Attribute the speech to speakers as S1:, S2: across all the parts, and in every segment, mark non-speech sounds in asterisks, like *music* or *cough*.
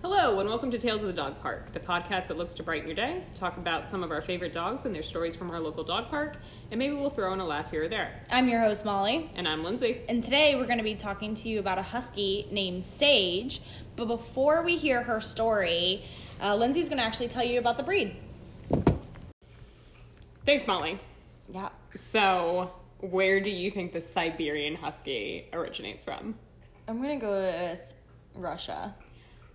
S1: Hello, and welcome to Tales of the Dog Park, the podcast that looks to brighten your day, talk about some of our favorite dogs and their stories from our local dog park, and maybe we'll throw in a laugh here or there.
S2: I'm your host, Molly,
S1: And I'm Lindsay.
S2: and today we're going to be talking to you about a husky named Sage. But before we hear her story, uh, Lindsay's going to actually tell you about the breed.
S1: Thanks, Molly.
S2: Yeah.
S1: So, where do you think the Siberian Husky originates from?
S2: I'm going to go with Russia.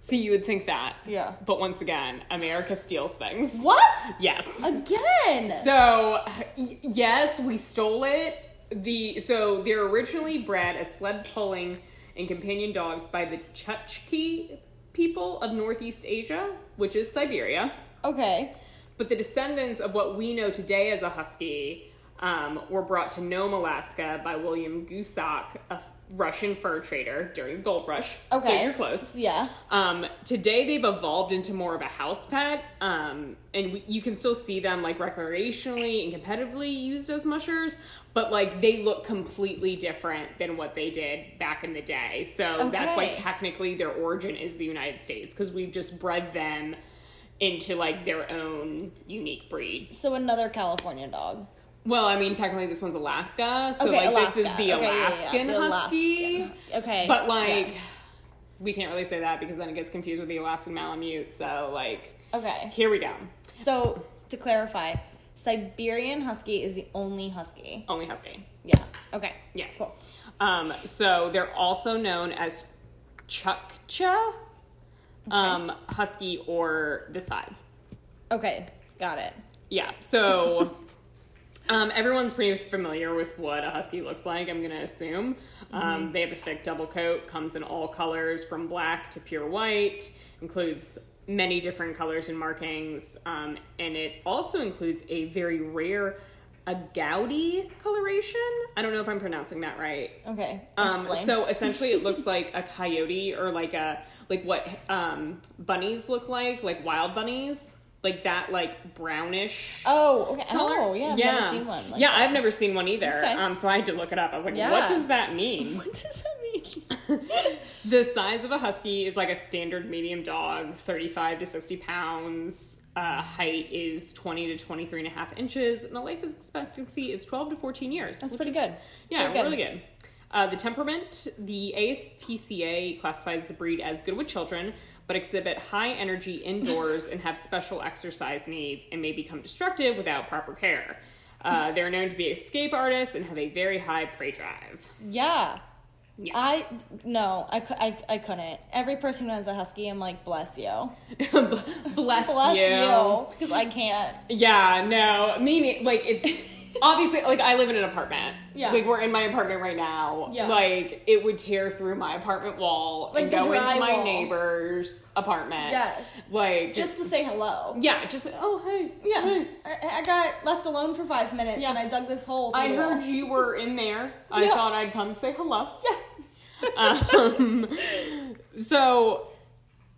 S1: So, you would think that.
S2: Yeah.
S1: But once again, America steals *laughs* things.
S2: What?
S1: Yes.
S2: Again?
S1: So, y- yes, we stole it. The so they're originally bred as sled pulling and companion dogs by the Chukchi people of Northeast Asia, which is Siberia.
S2: okay.
S1: But the descendants of what we know today as a husky um, were brought to Nome, Alaska, by William Gusak, a f- Russian fur trader during the gold rush. So
S2: Okay.
S1: you're close.
S2: Yeah.
S1: Um, today they've evolved into more of a house pet, um, and we, you can still see them like recreationally and competitively used as mushers, but like they look completely different than what they did back in the day. So that's why
S2: Okay.
S1: technically their origin is the United States because we've just bred them into like their own unique breed.
S2: So another California dog.
S1: Well, I mean, technically this one's Alaska, so
S2: okay,
S1: like
S2: Alaska.
S1: this is the
S2: Okay, yeah, yeah, yeah.
S1: Alaskan
S2: The
S1: husky.
S2: Alaskan husky. Okay.
S1: But like,
S2: Yeah.
S1: we can't really say that because then it gets confused with the Alaskan Malamute. So like,
S2: Okay.
S1: here we go.
S2: So to clarify, Siberian husky is the only husky.
S1: Only husky.
S2: Yeah. Okay.
S1: Yes.
S2: Cool.
S1: Um, so they're also known as Chukcha um, husky or the side.
S2: Okay. Got it.
S1: Yeah. So um, everyone's pretty familiar with what a husky looks like. I'm gonna assume um, they have a thick double coat, comes in all colors from black to pure white, includes many different colors and markings, um, and it also includes a very rare a gaudy coloration. I don't know if I'm pronouncing that right.
S2: Okay.
S1: Um,
S2: Explain.
S1: so essentially, it looks like a coyote or like a like what um, bunnies look like, like wild bunnies, like that like brownish.
S2: Oh, okay.
S1: color.
S2: Oh, yeah. I've never seen one. Like
S1: yeah,
S2: that.
S1: I've never seen one either.
S2: Okay.
S1: Um, so I had to look it up. I was like,
S2: Yeah.
S1: what does that mean?
S2: *laughs* What does that mean?
S1: *laughs* the size of a husky is like a standard medium dog, 35 to 60 pounds. Uh, height is 20 to 23 and a half inches, and the life expectancy is 12 to 14 years.
S2: That's
S1: which
S2: pretty
S1: is-
S2: good.
S1: Yeah,
S2: Pretty good.
S1: really good. Uh, the temperament, the ASPCA classifies the breed as good with children, but exhibit high energy indoors and have special exercise needs and may become destructive without proper care. Uh, they're known to be escape artists and have a very high prey drive. *laughs*
S2: Yeah.
S1: Yeah.
S2: I no, I, cou- I, I couldn't. Every person who has a husky, I'm like, bless you,
S1: Bless,
S2: bless
S1: you.
S2: you, because I can't.
S1: Yeah, no. Meaning, like,
S2: *laughs*
S1: it's obviously, like, I live in an apartment.
S2: Yeah.
S1: Like, we're in my apartment right now.
S2: Yeah.
S1: Like, it would tear through my apartment wall
S2: Like
S1: and
S2: the
S1: go into my
S2: drywall.
S1: neighbor's apartment.
S2: Yes.
S1: Like,
S2: Just to say hello.
S1: yeah, just, oh, hey.
S2: Yeah,
S1: hey.
S2: I, I got left alone for five minutes,
S1: Yeah.
S2: and I dug this hole. through
S1: I
S2: the
S1: heard
S2: *laughs* wall.
S1: you were in there. I
S2: Yeah.
S1: thought I'd come say hello. um, so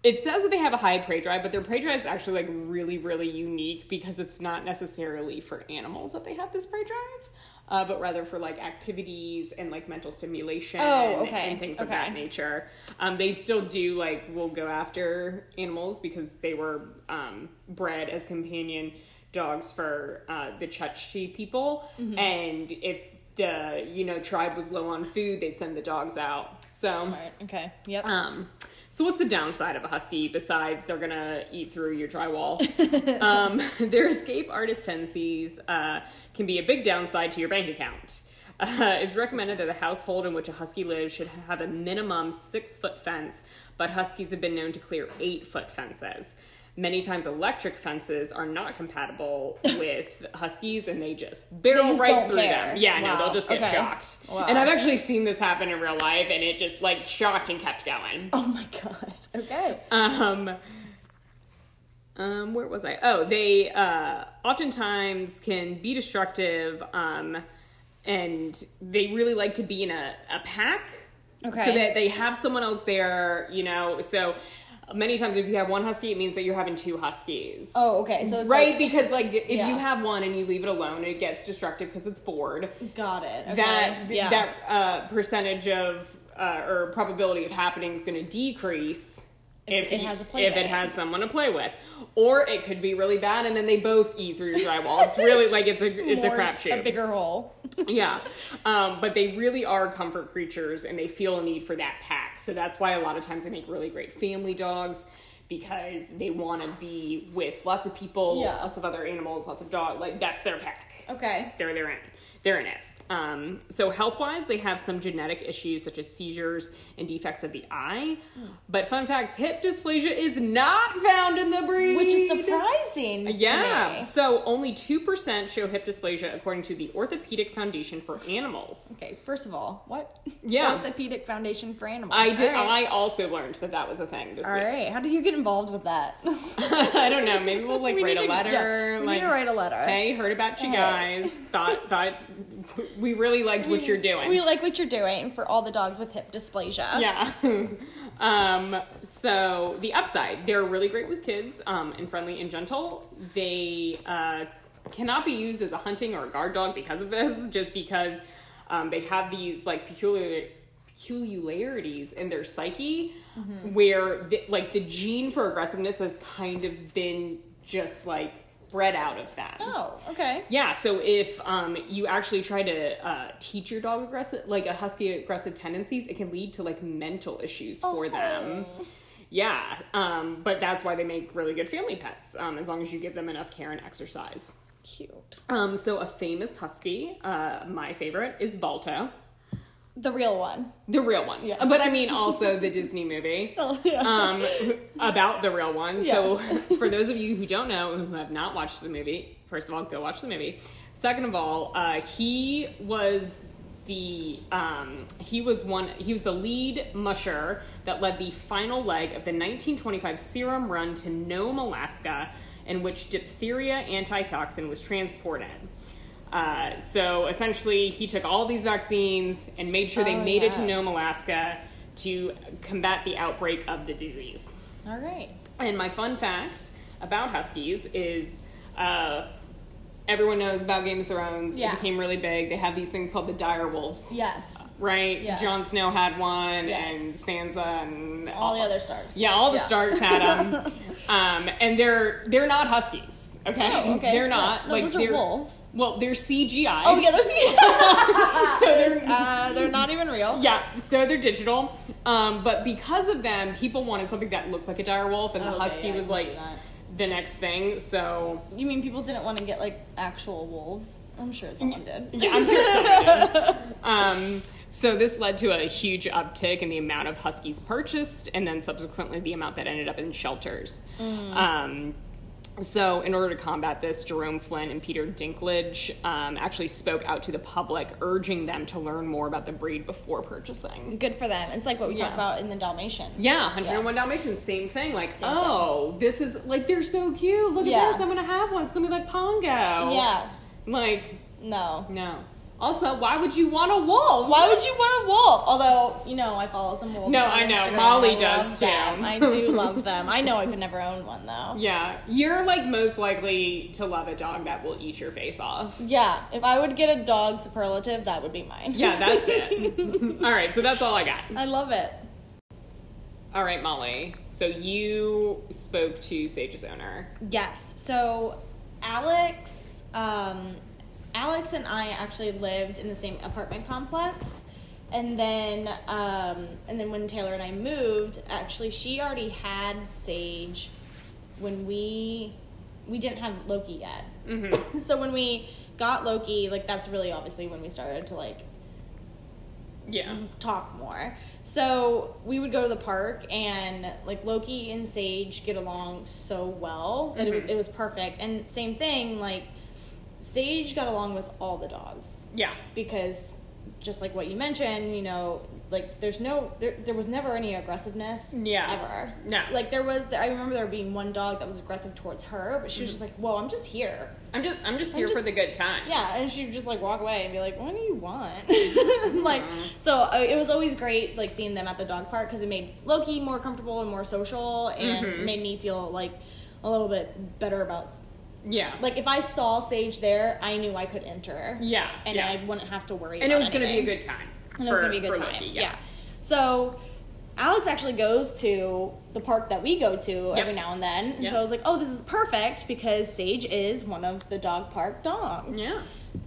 S1: it says that they have a high prey drive, but their prey drive is actually like really, really unique because it's not necessarily for animals that they have this prey drive, uh, but rather for like activities and like mental stimulation
S2: Oh, okay.
S1: and things of
S2: Okay.
S1: that nature. Um, they still do like will go after animals because they were um, bred as companion dogs for uh, the Chukchi people,
S2: Mm-hmm.
S1: and if the you know tribe was low on food, they'd send the dogs out. So
S2: Smart. Okay. Yep.
S1: um, so what's the downside of a husky besides they're gonna eat through your drywall? *laughs* um, their escape artist tendencies uh, can be a big downside to your bank account. Uh, it's recommended that the household in which a husky lives should have a minimum six foot fence, but huskies have been known to clear eight foot fences. Many times, electric fences are not
S2: *laughs*
S1: compatible with huskies, and they just barrel
S2: just
S1: right
S2: don't
S1: through
S2: care.
S1: them. Yeah, no,
S2: Wow.
S1: they'll just get
S2: Okay.
S1: shocked.
S2: Wow.
S1: And I've actually seen this happen in real life, and it just like shocked and kept going.
S2: oh my god. Okay.
S1: Um, um, where was I? Oh, they uh, oftentimes can be destructive, um, and they really like to be in a, a pack.
S2: Okay.
S1: So that they have someone else there, you know. So many times, if you have one husky, it means that you're having two huskies.
S2: oh, okay. So it's
S1: right,
S2: Like,
S1: because like if you
S2: Yeah.
S1: have one and you leave it alone, it gets destructive because it's bored
S2: got it. Okay.
S1: that
S2: yeah.
S1: that uh, percentage of uh, or probability of happening is going to decrease
S2: If it
S1: you-
S2: has a play
S1: if
S2: bed.
S1: it has someone to play with, or it could be really bad, and then they both eat through your drywall. It's really like
S2: *laughs*
S1: it's a it's a
S2: More-
S1: crapshoot.
S2: A bigger hole.
S1: *laughs* yeah, um, but they really are comfort creatures, and they feel a need for that pack. So that's why a lot of times they make really great family dogs because they want to be with lots of people,
S2: Yeah.
S1: lots of other animals, lots of dogs. Like that's their pack.
S2: Okay.
S1: They're they're in they're in it. Um, so health wise, they have some genetic issues such as seizures and defects of the eye. But fun facts: hip dysplasia is not found in the breed,
S2: Which is surprising. to
S1: Yeah.
S2: me.
S1: So only two percent show hip dysplasia according to the Orthopedic Foundation for Animals.
S2: Okay, first of all, what?
S1: Yeah.
S2: *laughs* Orthopedic Foundation for Animals.
S1: I did.
S2: All
S1: I
S2: right.
S1: also learned that that was a thing this
S2: All
S1: week.
S2: right. How did you get involved with that?
S1: *laughs* I don't know. Maybe we'll like
S2: *laughs* We
S1: write
S2: need
S1: a
S2: to-
S1: letter.
S2: yeah, we need
S1: like,
S2: to write a letter.
S1: Hey, heard about you
S2: Hey.
S1: guys. Thought thought we really liked what you're doing.
S2: we like what you're doing for all the dogs with hip dysplasia.
S1: yeah. *laughs* um, so the upside, they're really great with kids um, and friendly and gentle. They uh, cannot be used as a hunting or a guard dog because of this, *laughs* just because um, they have these like peculiar peculiarities in their psyche where the, like the gene for aggressiveness has kind of been just like bred out of that.
S2: Oh, okay.
S1: Yeah, so if um, you actually try to uh, teach your dog aggressive, like a husky aggressive tendencies, it can lead to like mental issues for them. Yeah, um, but that's why they make really good family pets, um, as long as you give them enough care and exercise.
S2: Cute.
S1: Um, so a famous husky, uh, my favorite, is Balto,
S2: The real one. *laughs*
S1: the real one.
S2: Yeah.
S1: But I mean also the Disney movie
S2: Oh, yeah.
S1: um, about the real one. So, *laughs* for those of you who don't know, who have not watched the movie, first of all, go watch the movie. Second of all, uh, he was the um, he was one he was the lead musher that led the final leg of the 1925 serum run to Nome, Alaska, in which diphtheria antitoxin was transported. Uh, so essentially, he took all these vaccines and made sure they
S2: Oh,
S1: made it to
S2: yeah.
S1: Nome, Alaska, to combat the outbreak of the disease.
S2: all right.
S1: And my fun fact about huskies is uh, everyone knows about Game of Thrones.
S2: Yeah.
S1: It became really big. They have these things called the dire wolves.
S2: Yes.
S1: Right?
S2: Yeah.
S1: Jon Snow had one,
S2: Yes.
S1: and Sansa, and
S2: All the other
S1: *laughs*
S2: stars.
S1: Yeah, all the Starks had
S2: *laughs*
S1: them. um, and they're they're not huskies. Okay,
S2: Oh, okay.
S1: they're not
S2: No,
S1: like
S2: those are
S1: they're,
S2: wolves.
S1: Well, they're CGI.
S2: Oh yeah, there's
S1: *laughs*
S2: *laughs*
S1: so they're
S2: uh, they're not even real.
S1: Yeah, so they're digital. Um, but because of them, people wanted something that looked like a dire wolf, and the
S2: Okay,
S1: husky
S2: yeah, I
S1: was
S2: can see
S1: like
S2: that.
S1: the next thing. So
S2: You mean people didn't want to get like actual wolves? I'm sure someone did.
S1: yeah, I'm sure someone
S2: *laughs*
S1: did. Um, so this led to a huge uptick in the amount of huskies purchased, and then subsequently the amount that ended up in shelters.
S2: Mm.
S1: Um, so, in order to combat this, Jerome Flynn and Peter Dinklage um, actually spoke out to the public, urging them to learn more about the breed before purchasing.
S2: Good for them. It's like what we talk
S1: Yeah.
S2: about in the Dalmatian.
S1: Yeah, 101 Dalmatians, same thing. Like,
S2: Same
S1: oh, this is like they're so cute. Look
S2: Yeah.
S1: at this. I'm gonna have one. It's gonna be like Pongo.
S2: Yeah.
S1: Like,
S2: No.
S1: no. Also, why would you want a wolf?
S2: Why would you want a wolf? Although you know, I follow some wolves.
S1: No,
S2: on
S1: I know.
S2: Instagram.
S1: Molly
S2: I
S1: does
S2: love
S1: too.
S2: them.
S1: *laughs*
S2: I do love them. I know I could never own one though.
S1: Yeah, you're like most likely to love a dog that will eat your face off.
S2: Yeah, if I would get a dog superlative, that would be mine.
S1: Yeah, that's *laughs* it. all right, so that's all I got.
S2: I love it.
S1: All right, Molly. So you spoke to Sage's owner.
S2: Yes. So Alex, um, Alex and I actually lived in the same apartment complex, and then um, and then when Taylor and I moved, actually she already had Sage when we we didn't have Loki yet. Mm-hmm. *laughs* So when we got Loki, like that's really obviously when we started to like
S1: Yeah.
S2: talk more. So we would go to the park and like Loki and Sage get along so well that
S1: Mm-hmm.
S2: it was it was perfect. And same thing, like Sage got along with all the dogs
S1: Yeah.
S2: because just like what you mentioned, you know, like there's no there there was never any aggressiveness
S1: Yeah.
S2: ever.
S1: No.
S2: Like there was I remember there being one dog that was aggressive towards her, but she
S1: Mm-hmm.
S2: was just like, "Whoa, I'm just here."
S1: I'm just I'm just here for
S2: just-
S1: the good time.
S2: Yeah, and she'd just like walk away and be like, "What do you want?" *laughs* like,
S1: Mm-hmm.
S2: so uh, it was always great like seeing them at the dog park because it made Loki more comfortable and more social, and
S1: Mm-hmm.
S2: made me feel like a little bit better about
S1: Yeah.
S2: like if I saw Sage there, I knew I could enter.
S1: Yeah,
S2: and
S1: yeah.
S2: I wouldn't have to worry.
S1: and it
S2: about
S1: was gonna be a
S2: anything.
S1: good time.
S2: And it was
S1: for-
S2: gonna be a good
S1: for
S2: time.
S1: Loki,
S2: yeah. So Alex actually goes to the park that we go to every now and then. And
S1: Yep.
S2: so I was like, oh, this is perfect because Sage is one of the dog park dogs.
S1: Yeah.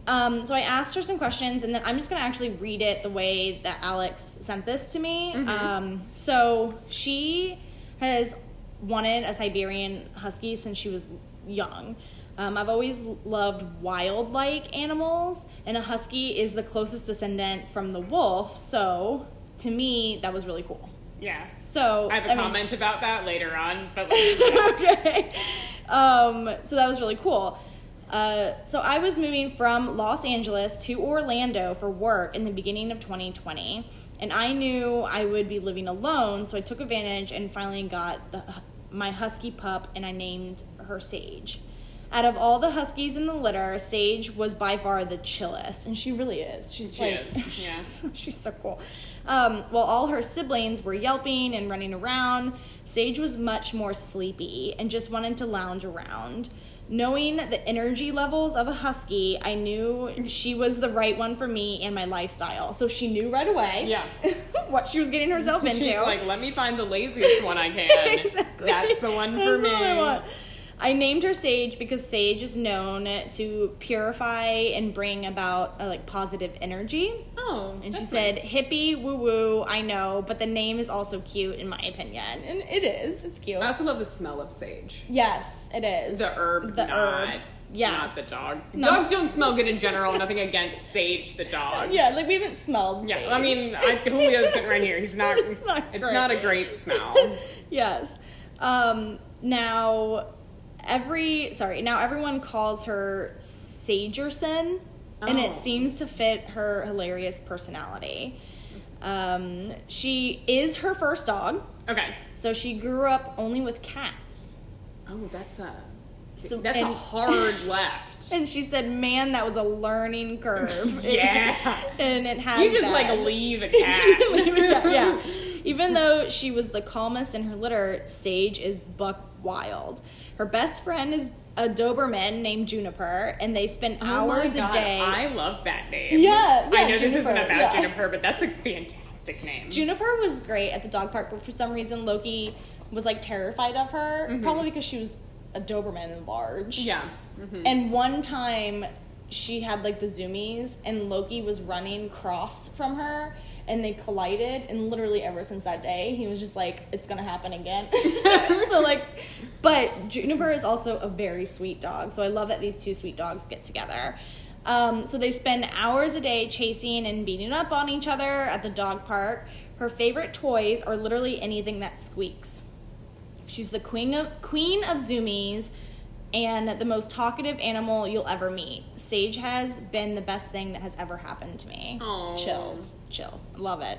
S2: Um, so I asked her some questions, and then I'm just going to actually read it the way that Alex sent this to me.
S1: Mm-hmm.
S2: Um, so she has wanted a Siberian Husky since she was young. Um, I've always loved wild like animals, and a Husky is the closest descendant from the wolf, so to me, that was really cool.
S1: Yeah.
S2: So
S1: I have a
S2: a
S1: comment about that later on, but
S2: *laughs*
S1: like,
S2: okay. Um, so that was really cool. Uh, so I was moving from Los Angeles to Orlando for work in the beginning of 2020, and I knew I would be living alone, so I took advantage and finally got the, my husky pup, and I named her Sage. Out of all the huskies in the litter, Sage was by far the chillest, and she really is. She's
S1: She
S2: like, *laughs*
S1: is, yeah.
S2: She's so cool. Um, while all her siblings were yelping and running around, Sage was much more sleepy and just wanted to lounge around. Knowing the energy levels of a husky, I knew she was the right one for me and my lifestyle. So she knew right away
S1: Yeah.
S2: *laughs* what she was getting herself
S1: *laughs*
S2: into.
S1: she's like, let me find the laziest one I can.
S2: *laughs* Exactly.
S1: That's the one for
S2: That's
S1: me.
S2: the one I want. I named her Sage because Sage is known to purify and bring about uh, like positive energy.
S1: Oh,
S2: And she
S1: that's
S2: said,
S1: nice.
S2: hippie, woo woo, I know, but the name is also cute in my opinion. And it is. It's cute.
S1: I also love the smell of sage.
S2: yes, it is.
S1: The herb,
S2: The
S1: not,
S2: herb. Yes.
S1: Not the dog.
S2: No.
S1: Dogs don't smell good in general. Nothing against Sage, the dog.
S2: Yeah, like we haven't smelled
S1: Yeah,
S2: sage.
S1: I mean, I, Julio's sitting right here. He's
S2: *laughs*
S1: not.
S2: It's not
S1: it's
S2: great.
S1: not a great smell.
S2: *laughs* yes. Um, now, every sorry. Now everyone calls her Sagerson, and
S1: Oh.
S2: it seems to fit her hilarious personality. Um, she is her first dog,
S1: Okay.
S2: so she grew up only with cats.
S1: Oh, that's a.
S2: So-
S1: that's a
S2: and-
S1: hard left.
S2: And she said, "Man, that was a learning curve."
S1: *laughs* Yeah.
S2: *laughs* and it has.
S1: You just like *laughs*
S2: been.
S1: leave a cat.
S2: yeah, *laughs* yeah. Even though she was the calmest in her litter, Sage is buck wild. Her best friend is a Doberman named Juniper, and they spend
S1: Oh my
S2: hours a
S1: God,
S2: day.
S1: I love that name.
S2: Yeah,
S1: I
S2: yeah,
S1: know this
S2: Juniper,
S1: isn't about
S2: yeah.
S1: Juniper, but that's a fantastic name.
S2: Juniper was great at the dog park, but for some reason Loki was like terrified of her, probably because she was a Doberman and large.
S1: Mm-hmm. yeah.
S2: And one time she had like the zoomies and Loki was running cross from her and they collided and literally ever since that day he was just like it's going to happen again. *laughs* so like but Juniper is also a very sweet dog. So I love that these two sweet dogs get together. Um, so they spend hours a day chasing and beating up on each other at the dog park. Her favorite toys are literally anything that squeaks. She's the queen of queen of zoomies and the most talkative animal you'll ever meet. Sage has been the best thing that has ever happened to me.
S1: Aw.
S2: Chills, chills. Love it.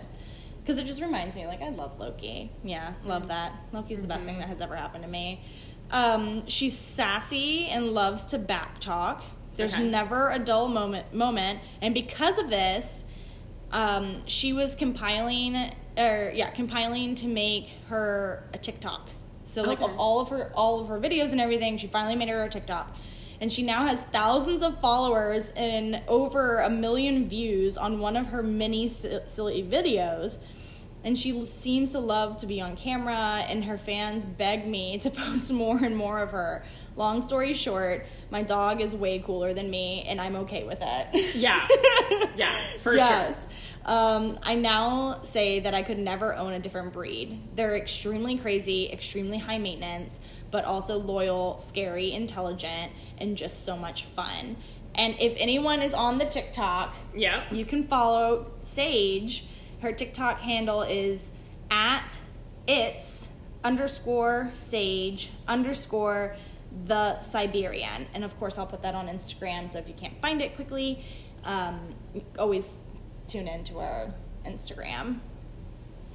S2: Cuz it just reminds me like I love Loki. Yeah, love
S1: Mm-hmm.
S2: that. Loki's the best thing that has ever happened to me. Um, she's sassy and loves to backtalk. There's
S1: Okay.
S2: never a dull moment moment and because of this um, she was compiling or yeah compiling to make her a tiktok so like
S1: Okay.
S2: of all of her all of her videos and everything she finally made her a tiktok and she now has thousands of followers and over a million views on one of her many si- silly videos and she l- seems to love to be on camera and her fans beg me *laughs* to post more and more of her long story short my dog is way cooler than me and i'm okay with it *laughs*
S1: Yeah. Yeah, for sure.
S2: yes. Um, I now say that I could never own a different breed. They're extremely crazy, extremely high maintenance, but also loyal, scary, intelligent, and just so much fun. And if anyone is on the TikTok,
S1: Yeah.
S2: you can follow Sage. Her TikTok handle is at its underscore sage underscore the Siberian. And of course, I'll put that on Instagram. So if you can't find it quickly, um, always tune into our Instagram.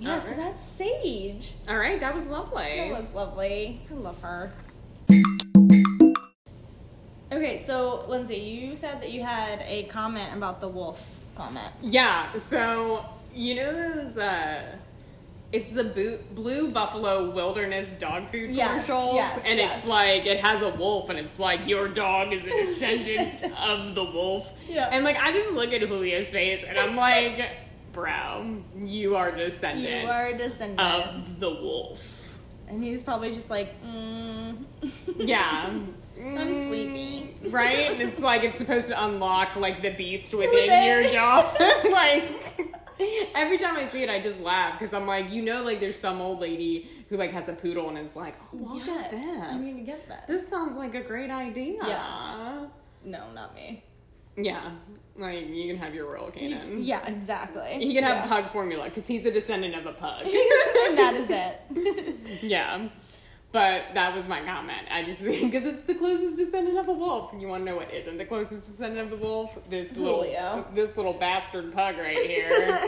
S2: Yeah, so
S1: Alright.
S2: that's Sage.
S1: All right, that was lovely.
S2: That was lovely. I love her. Okay, so Lindsay, you said that you had a comment about the wolf comment.
S1: Yeah, so you know those uh it's the Bo- Blue Buffalo Wilderness dog food
S2: Yes,
S1: commercials
S2: yes,
S1: and
S2: yes.
S1: it's like it has a wolf and it's like your dog is a
S2: *laughs*
S1: descendant of the wolf.
S2: Yeah.
S1: And like *laughs* I just look at Julio's face and I'm like brow. You are
S2: You
S1: descendant
S2: are a descendant.
S1: of the wolf.
S2: and he's probably just like, mm. *laughs*
S1: Yeah.
S2: I'm sleepy.
S1: Right? And it's like it's supposed to unlock like the beast within,
S2: Within.
S1: your *laughs* dog. like every time I see it I just laugh because I'm like, you know like there's some old lady who like has a poodle and is like, Oh look at this.
S2: I need to get that.
S1: this sounds like a great idea.
S2: Yeah. No, not me.
S1: Yeah. Like you can have your royal canin.
S2: Yeah, exactly.
S1: He can have
S2: yeah.
S1: pug formula because he's a descendant of a pug.
S2: and *laughs* that is it.
S1: yeah. But that was my comment. I just *laughs* think because it's the closest descendant of a wolf. You want to know what isn't the closest descendant of the wolf? This little
S2: Julio.
S1: this little bastard pug
S2: *laughs*
S1: right here.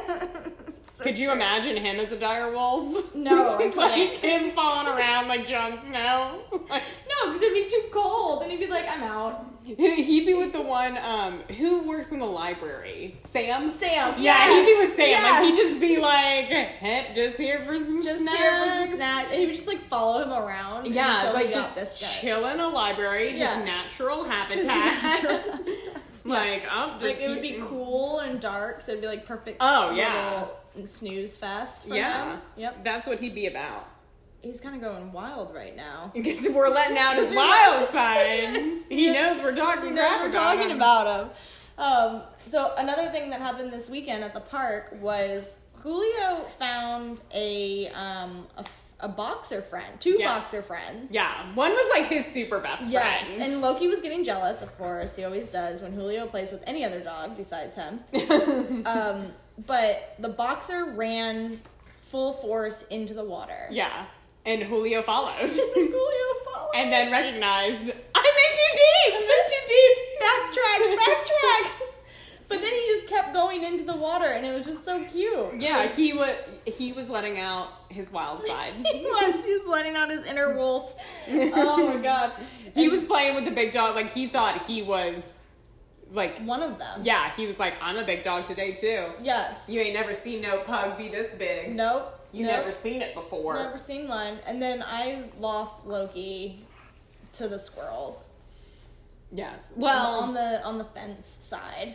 S1: Could you imagine him as a dire wolf? *laughs*
S2: *laughs* No, I
S1: like
S2: couldn't.
S1: him falling around like Jon Snow. *laughs* Like,
S2: *laughs* No, because it'd be too cold, and he'd be like, "I'm out."
S1: he'd be with the one um, who works in the library, Sam.
S2: Sam.
S1: Yeah, he'd be with Sam. Like he'd
S2: Yes.
S1: just be like, "Hey, just here for some
S2: just
S1: snacks.
S2: here for some snacks. And he would just like follow him around.
S1: Yeah,
S2: until he
S1: like
S2: got
S1: just
S2: biscuits.
S1: chill in a library,
S2: Yes.
S1: his natural habitat. *laughs* like, oh, I'm
S2: Like
S1: just
S2: it would be cool and dark, so it'd be like perfect.
S1: Oh, yeah.
S2: little snooze fest. For
S1: Yeah,
S2: him. Yep.
S1: That's what he'd be
S2: *laughs*
S1: about.
S2: He's kind of going wild right now.
S1: Because we're letting out his
S2: We're
S1: wild *laughs*
S2: not-
S1: sides. He knows we're talking.
S2: You know what
S1: crap
S2: we're talking
S1: him.
S2: about him. Um, so another thing that happened this weekend at the park was Julio found a um, a, a boxer friend, two
S1: Yeah.
S2: boxer friends.
S1: Yeah, one was like his super best
S2: Yes,
S1: friend.
S2: and Loki was getting jealous, of course. He always does when Julio plays with any other dog besides him.
S1: *laughs*
S2: um, but the boxer ran full force into the water.
S1: yeah, and Julio followed,
S2: *laughs* Julio followed.
S1: and then recognized I'm in too deep. I'm in too deep.
S2: backtrack, *laughs* backtrack. but then he just kept going into the water, and it was just so cute.
S1: Yeah, he was he was letting out his wild
S2: *laughs*
S1: side.
S2: he was. He was letting out his inner wolf. Oh my god.
S1: he was playing with the big dog. Like he thought he was, like
S2: One of them.
S1: yeah, he was like I'm a big dog today too.
S2: Yes.
S1: You ain't never seen no pug be this big.
S2: nope.
S1: You
S2: nope.
S1: never seen it before.
S2: Never seen one. And then I lost Loki to the squirrels.
S1: Yes.
S2: on
S1: Well,
S2: the on the fence side.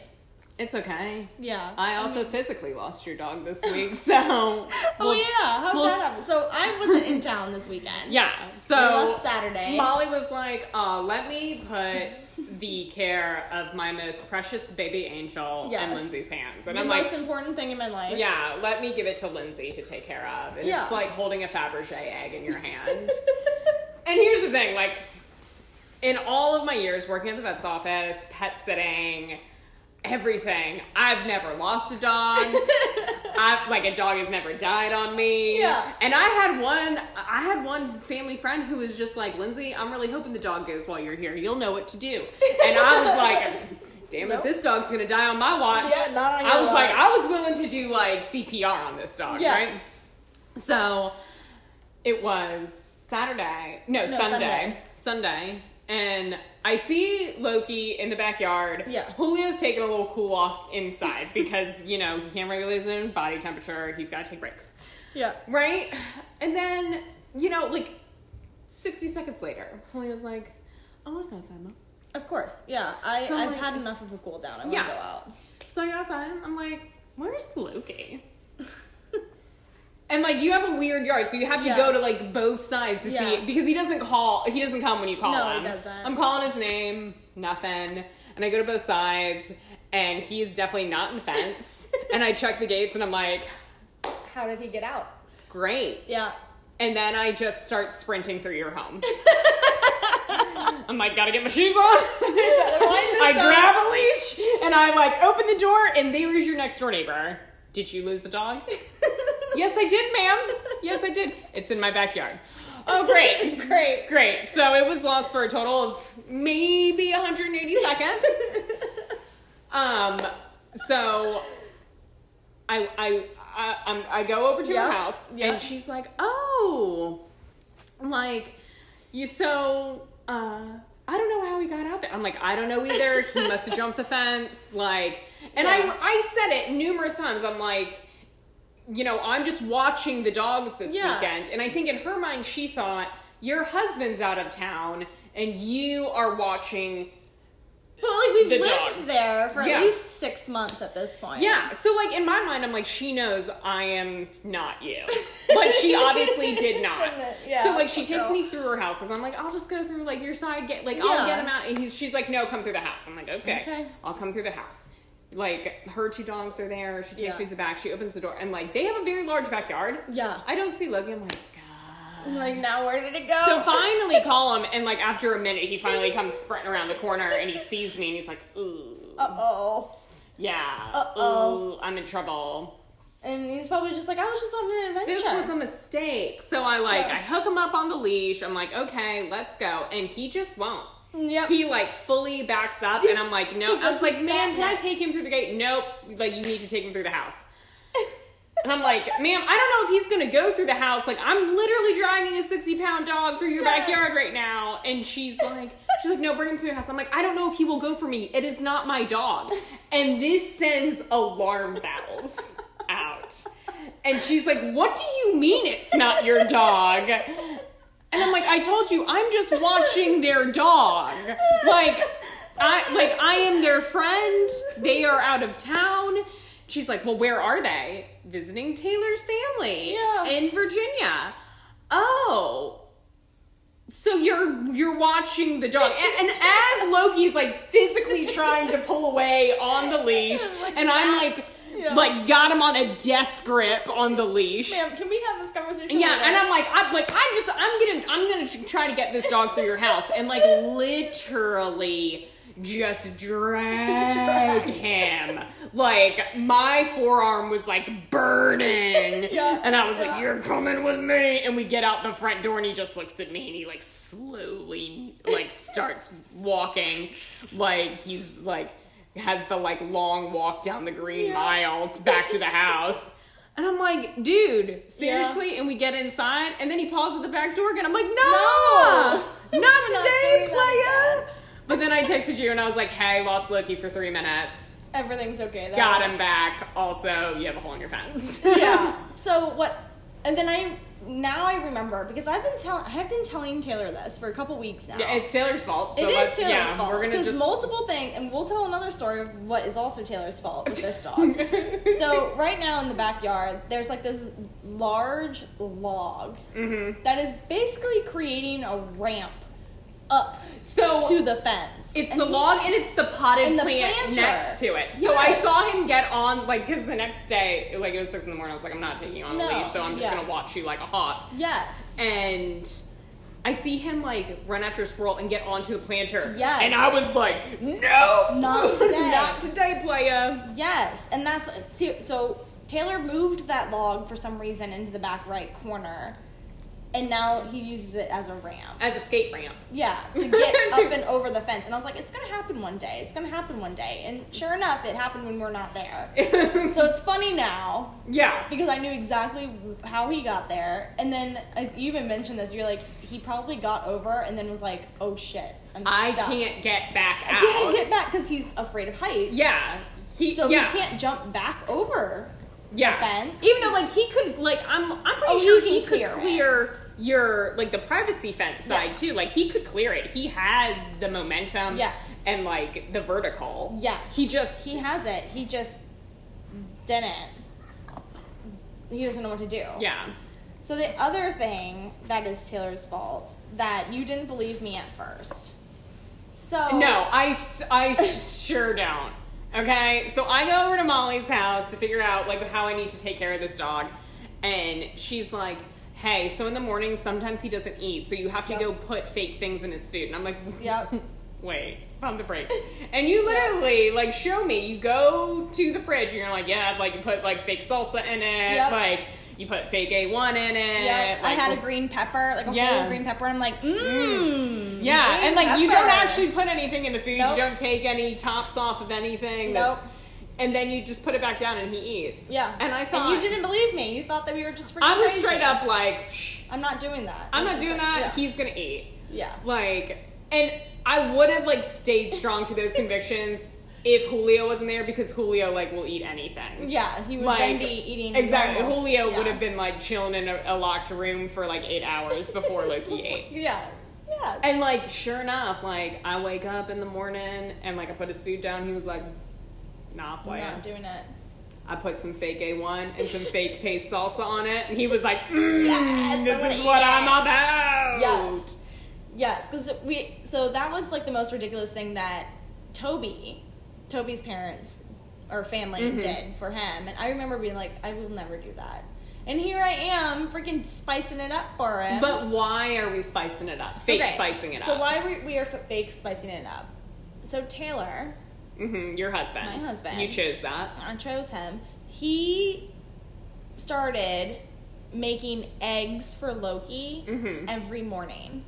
S1: it's okay.
S2: Yeah.
S1: I also physically lost your dog
S2: *laughs*
S1: this week, so
S2: Um, oh
S1: we'll-
S2: yeah, how
S1: we'll-
S2: would that happen? So I wasn't in town this weekend.
S1: Yeah. So
S2: I left Saturday.
S1: Molly was like, uh, let me put the care of my most precious baby angel in
S2: Yes.
S1: Lindsay's hands. And
S2: the
S1: I'm like,
S2: most important thing in my life.
S1: yeah, let me give it to Lindsay to take care of. And
S2: Yeah.
S1: it's like holding a Fabergé egg in your hand.
S2: *laughs*
S1: and here's the thing, like, in all of my years working at the vet's office, pet sitting, everything, I've never lost a
S2: *laughs*
S1: dog. I've, like a dog has never died on me.
S2: Yeah.
S1: And I had one I had one family friend who was just like, Lindsay, I'm really hoping the dog goes while you're here. You'll know what to do. And I was like, damn
S2: Nope.
S1: it, this dog's gonna die on my watch.
S2: Yeah, not on
S1: I
S2: your
S1: was like,
S2: watch.
S1: I was willing to do like CPR on this dog,
S2: Yes.
S1: right? So it was Saturday. No, Sunday.
S2: Sunday.
S1: Sunday. And I see Loki in the backyard.
S2: Yeah.
S1: Julio's taking a little cool off inside *laughs* because, you know, he can't regulate his own body temperature. He's got to take breaks.
S2: Yeah.
S1: Right? And then, you know, like 60 seconds later, Julio's like, I want to go outside, Mom.
S2: Of course. Yeah. I,
S1: So,
S2: I've
S1: like-
S2: had enough of a cool down. I want
S1: Yeah.
S2: to go out.
S1: So I go outside. I'm like, where's Loki?
S2: *laughs*
S1: and like, you have a weird yard, so you have to
S2: Yes.
S1: go to like both sides to
S2: Yeah.
S1: see it because he doesn't call. He doesn't come when you call
S2: No, he
S1: him.
S2: doesn't.
S1: I'm calling his name, nothing, and I go to both sides, and he's definitely not in
S2: *laughs*
S1: fence. and I check the gates, and I'm like,
S2: How did he get out?
S1: great.
S2: Yeah.
S1: And then I just start sprinting through your
S2: *laughs*
S1: home. I'm like, gotta get my shoes on.
S2: *laughs*
S1: I grab a leash and I like open the door, and there is your next door neighbor. Did you lose a dog? *laughs* yes, I did, ma'am. Yes, I did. It's in my backyard. Oh, great,
S2: *laughs* Great.
S1: great. So it was lost for a total of maybe 180 seconds. Um, so I I I, I'm, I go over to
S2: Yeah,
S1: her house,
S2: yeah.
S1: and she's like, "Oh, like you so." Uh, I don't know how he got out there. I'm like, I don't know either.
S2: *laughs*
S1: He must have jumped the fence. Like, and
S2: Yeah.
S1: I I said it numerous times. I'm like, you know, I'm just watching the dogs this
S2: Yeah.
S1: weekend. And I think in her mind, she thought, your husband's out of town and you are watching
S2: But like we've
S1: The
S2: lived
S1: dog.
S2: there for
S1: Yeah.
S2: at least six months at this point.
S1: Yeah. So like in my mind, I'm like, she knows I am not you. Like
S2: *laughs*
S1: she obviously did not.
S2: Didn't it? Yeah.
S1: So like she takes
S2: Okay.
S1: me through her houses. I'm like, I'll just go through like your side. Get like I'll
S2: Yeah.
S1: get him out. And he's she's like, no, come through the house. I'm like, okay,
S2: Okay.
S1: I'll come through the house. Like her two dogs are there. She takes
S2: Yeah.
S1: me to the back. She opens the door and like they have a very large backyard.
S2: Yeah.
S1: I don't see Logan. I'm like, God.
S2: I'm like now where did it go?
S1: So finally call him and like after a minute he finally comes sprinting around the corner and he sees me and he's like, ooh,
S2: Uh oh.
S1: yeah,
S2: Uh-oh.
S1: ooh, I'm in trouble.
S2: And he's probably just like, I was just on an adventure.
S1: this was a mistake. So I like
S2: Yeah.
S1: I hook him up on the leash. I'm like, okay, let's go, and he just won't.
S2: Yep.
S1: He like fully backs up, and I'm like, no.
S2: *laughs* He
S1: I was
S2: doesn't
S1: like, man,
S2: stop
S1: can I
S2: yet.
S1: take him through the gate? Nope. Like you need to take him through the house. And I'm like, ma'am, I don't know if he's gonna go through the house. Like, I'm literally dragging a 60 pound dog through your
S2: Yes.
S1: backyard right now. And she's like, she's like, no, bring him through the house. I'm like, I don't know if he will go for me. It is not my dog. And this sends alarm bells out. And she's like, what do you mean it's not your dog? And I'm like, I told you, I'm just watching their dog. Like, I like I am their friend. They are out of town. She's like, well, where are they? Visiting Taylor's family
S2: Yeah.
S1: in Virginia. Oh, so you're you're watching the dog, and, and as Loki's like physically trying to pull away on the
S2: *laughs*
S1: leash, and I'm like,
S2: Yeah.
S1: like got him on a death grip on the leash.
S2: Ma'am, can we have this conversation?
S1: Yeah,
S2: later?
S1: and I'm like, I'm like, I'm just, I'm gonna, I'm gonna tr- try to get this dog through your house, and like literally just
S2: *laughs*
S1: drag him. Like my forearm was like burning,
S2: Yeah,
S1: and I was
S2: yeah.
S1: like, "You're coming with me." And we get out the front door, and he just looks at me, and he like slowly like starts walking, like he's like has the like long walk down the green
S2: Yeah.
S1: mile back to the house. And I'm like, dude, seriously? And we get inside, and then he paws at the back door again. I'm like,
S2: *laughs*
S1: no,
S2: No!
S1: not
S2: We're not
S1: today,
S2: doing that
S1: playa. But then I texted you and I was like, hey, lost Loki for three minutes.
S2: everything's okay. Though.
S1: Got him back. Also, you have a hole in your fence.
S2: *laughs* yeah. So what? And then I now I remember because I've been telling I've been telling Taylor this for a couple weeks now.
S1: *laughs* Yeah, it's Taylor's fault. So
S2: It is
S1: let's-
S2: Taylor's
S1: yeah,
S2: fault.
S1: We're gonna
S2: Because
S1: just
S2: multiple things, and we'll tell another story of what is also Taylor's fault with
S1: *laughs*
S2: this dog. so right now in the backyard, there's like this large log
S1: Mm-hmm.
S2: that is basically creating a ramp up
S1: So
S2: to the fence.
S1: It's
S2: And
S1: the
S2: he's-
S1: log and it's the potted
S2: And the
S1: plant
S2: planter.
S1: next to it. So I
S2: Yes.
S1: saw him get on, like, because the next day, like, it was six in the morning. I was like, I'm not taking you on the
S2: No,
S1: leash, so I'm just
S2: yeah.
S1: gonna watch you like a hawk.
S2: Yes.
S1: and I see him like run after a squirrel and get onto the planter.
S2: Yes.
S1: And I was like, no, *laughs*
S2: Not today.
S1: not today, playa.
S2: Yes, and that's see, so Taylor moved that log for some reason into the back right corner, and now he uses it as a ramp.
S1: As a skate ramp.
S2: Yeah, to
S1: *laughs*
S2: get up and over the fence. And I was like, it's gonna happen one day. It's gonna happen one day. And sure enough, it happened when we're
S1: *laughs*
S2: not there. so it's funny now
S1: Yeah.
S2: because I knew exactly how he got there. And then uh, you even mentioned this. You're like, he probably got over and then was like, oh shit, I'm
S1: I
S2: stuck.
S1: can't get back
S2: I
S1: out.
S2: can't get back because he's afraid of heights.
S1: yeah. He,
S2: So
S1: yeah.
S2: he can't jump back over
S1: yeah.
S2: fence.
S1: Even though like he could like I'm I'm pretty
S2: Oh, he
S1: sure
S2: can
S1: he could
S2: clear
S1: clear,
S2: it.
S1: your like the privacy fence side too. Like he could clear it. He has the momentum
S2: Yes.
S1: and like the vertical.
S2: Yes.
S1: He just
S2: He has it. He just didn't. He doesn't know what to do.
S1: Yeah.
S2: So the other thing that is Taylor's fault that you didn't believe me at first. So
S1: No, I, s- I sure don't. Okay, so I go over to Molly's house to figure out like how I need to take care of this dog, and she's like, "Hey, so in the morning sometimes he doesn't eat, so you have to
S2: Yep.
S1: go put fake things in his food." And I'm like, *laughs*
S2: Yep.
S1: wait, pump the brakes." And you literally like show me. You go to the fridge and you're like, "Yeah, like you put like fake salsa in it,
S2: Yep.
S1: like you put fake A one in it."
S2: Yeah, I
S1: like,
S2: had a green pepper, like a
S1: Yeah. Mm.
S2: whole green pepper. and I'm like, mmm.
S1: Yeah,
S2: green
S1: and like you
S2: pepper.
S1: don't actually put anything in the food. You
S2: Nope.
S1: don't take any tops off of anything. that's-
S2: Nope.
S1: And then you just put it back down and he eats.
S2: Yeah.
S1: And I thought
S2: you didn't believe me. You thought that we were just. freaking
S1: I was
S2: crazy.
S1: straight up like, Psh,
S2: I'm not doing that.
S1: I'm not
S2: It's
S1: doing
S2: like,
S1: that.
S2: yeah.
S1: He's gonna eat.
S2: Yeah.
S1: Like, and I would have like stayed strong to
S2: *laughs*
S1: those convictions if Julio wasn't there because Julio like will eat anything.
S2: Yeah, he would then be eating.
S1: exactly.
S2: normal.
S1: Julio
S2: Yeah. *laughs*
S1: would have been like chilling in a, a locked room for like eight hours before Loki ate.
S2: Yeah. Yeah. yes.
S1: And like, sure enough, like I wake up in the morning and like I put his food down. He was like, "Nah,
S2: I'm
S1: boy."
S2: not doing it.
S1: I put some fake A1 and some
S2: *laughs*
S1: fake paste salsa on it, and he was like, mm,
S2: Yes, I wanna
S1: "This is
S2: eat
S1: what
S2: it."
S1: I'm about."
S2: Yes. Yes, because we so that was like the most ridiculous thing that Toby, Toby's parents or family
S1: Mm-hmm.
S2: did for him, and I remember being like, I will never do that, and here I am, freaking spicing it up for him.
S1: But why are we spicing it up? Fake
S2: Okay,
S1: spicing it
S2: So
S1: up.
S2: why we, we are f- fake spicing it up? So Taylor,
S1: hmm your husband.
S2: My husband.
S1: You chose that.
S2: I chose him. He started making eggs for Loki
S1: Mhm.
S2: every morning.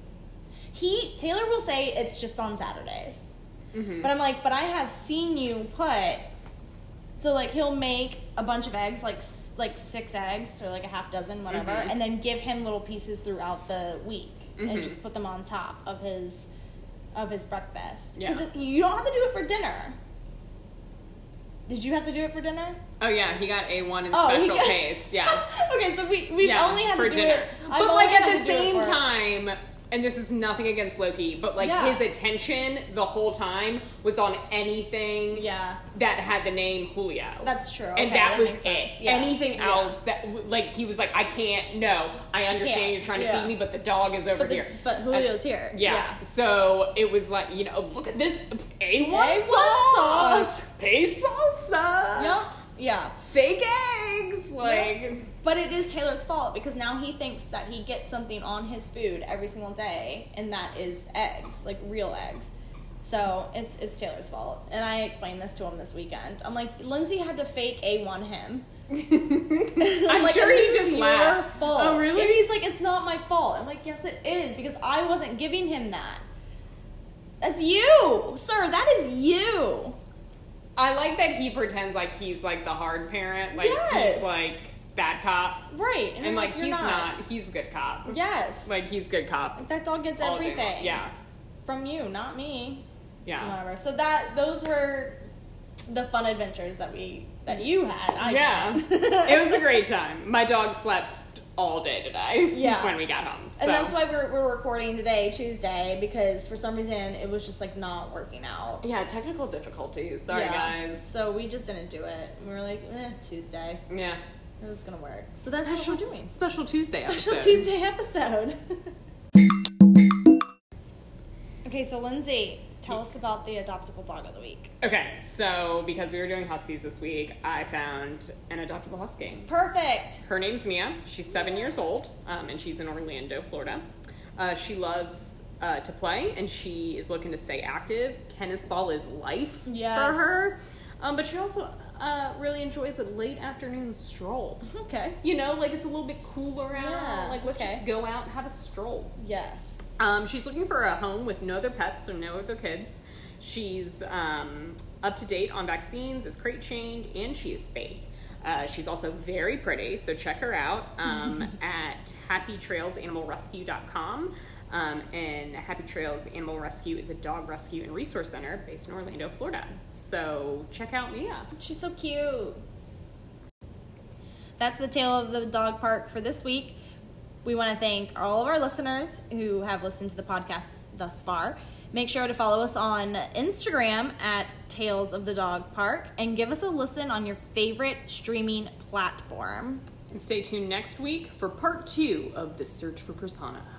S2: He Taylor will say it's just on Saturdays. But I'm like, but I have seen you put so like he'll make a bunch of eggs, like s- like six eggs or like a half dozen, whatever,
S1: Mhm.
S2: and then give him little pieces throughout the week
S1: Mhm.
S2: and just put them on top of his of his breakfast.
S1: Yeah.
S2: 'Cause it- you don't have to do it for dinner. Did you have to do it for dinner?
S1: Oh yeah, he got A1 in
S2: Oh, he
S1: special
S2: *laughs* got-
S1: case. Yeah.
S2: okay, so we we've
S1: yeah,
S2: only had
S1: for
S2: to do
S1: dinner.
S2: it. I've
S1: But
S2: only
S1: like at
S2: had
S1: the
S2: to do it
S1: same
S2: for-
S1: time, and this is nothing against Loki, but like
S2: Yeah.
S1: his attention the whole time was on anything
S2: Yeah,
S1: that had the name Julio.
S2: that's true.
S1: and
S2: Okay,
S1: that, was
S2: makes
S1: it.
S2: sense. Yeah.
S1: Anything
S2: Yeah.
S1: else that, like, he was like, I can't. No, I understand
S2: Can't.
S1: you're trying to
S2: Yeah.
S1: feed me, but the dog is over
S2: But, the-
S1: here.
S2: but Julio's here.
S1: Yeah. So it was like, you know, look at this A1
S2: A1
S1: sauce,
S2: sauce.
S1: paste salsa,
S2: Yeah. Yeah.
S1: fake eggs. Like,
S2: But it is Taylor's fault because now he thinks that he gets something on his food every single day, and that is eggs, like real eggs. So it's it's Taylor's fault, and I explained this to him this weekend. I'm like, Lindsay had to fake a
S1: *laughs*
S2: one him.
S1: I'm
S2: like,
S1: sure
S2: "This
S1: he
S2: is
S1: just
S2: your
S1: laughed.
S2: fault."
S1: Oh, really?
S2: And he's like, it's not my fault. I'm like, yes, it is because I wasn't giving him that. That's you, sir. That is you.
S1: I like that he pretends like he's like the hard parent, like
S2: Yes.
S1: he's like bad cop,
S2: Right.
S1: and,
S2: I'm
S1: like,
S2: "You're
S1: he's not. he's good cop.
S2: Yes.
S1: Like he's good cop.
S2: that dog gets
S1: all day long.
S2: everything.
S1: Yeah,
S2: From you, not me.
S1: yeah.
S2: Whatever. So that those were the fun adventures that we that you had. I *laughs*
S1: Yeah.
S2: had.
S1: it was a great time. My dog slept all day today.
S2: Yeah.
S1: *laughs* when we got home. So.
S2: And that's why we're, we're recording today, Tuesday, because for some reason it was just like not working out.
S1: Yeah, technical difficulties. Sorry,
S2: Yeah.
S1: guys.
S2: So we just didn't do it. We were like, eh, Tuesday.
S1: Yeah.
S2: It was gonna work. So that's what we're doing.
S1: Special Tuesday.
S2: Special
S1: episode.
S2: Tuesday episode. *laughs* okay, so Lindsay, tell us about the adoptable dog of the week.
S1: Okay, so because we were doing huskies this week, I found an adoptable husky.
S2: Perfect.
S1: Her name's Mia. She's seven years old, um, and she's in Orlando, Florida. Uh, she loves uh, to play, and she is looking to stay active. Tennis ball is life
S2: Yes.
S1: for her, um, but she also uh, really enjoys a late afternoon stroll.
S2: Okay.
S1: You know, like it's a little bit cooler out.
S2: Yeah,
S1: like let's
S2: okay.
S1: just go out and have a stroll.
S2: Yes.
S1: Um, she's looking for a home with no other pets or no other kids. She's um, up to date on vaccines, is crate chained, and she is spayed. Uh, she's also very pretty, so check her out um, at happytrailsanimalrescue.com. Um, and Happy Trails Animal Rescue is a dog rescue and resource center based in Orlando, Florida. So check out Mia.
S2: She's so cute. That's the tale of the dog park for this week. We want to thank all of our listeners who have listened to the podcast thus far. Make sure to follow us on Instagram at Tales of the Dog Park and give us a listen on your favorite streaming platform.
S1: And stay tuned next week for part two of The Search for Persona.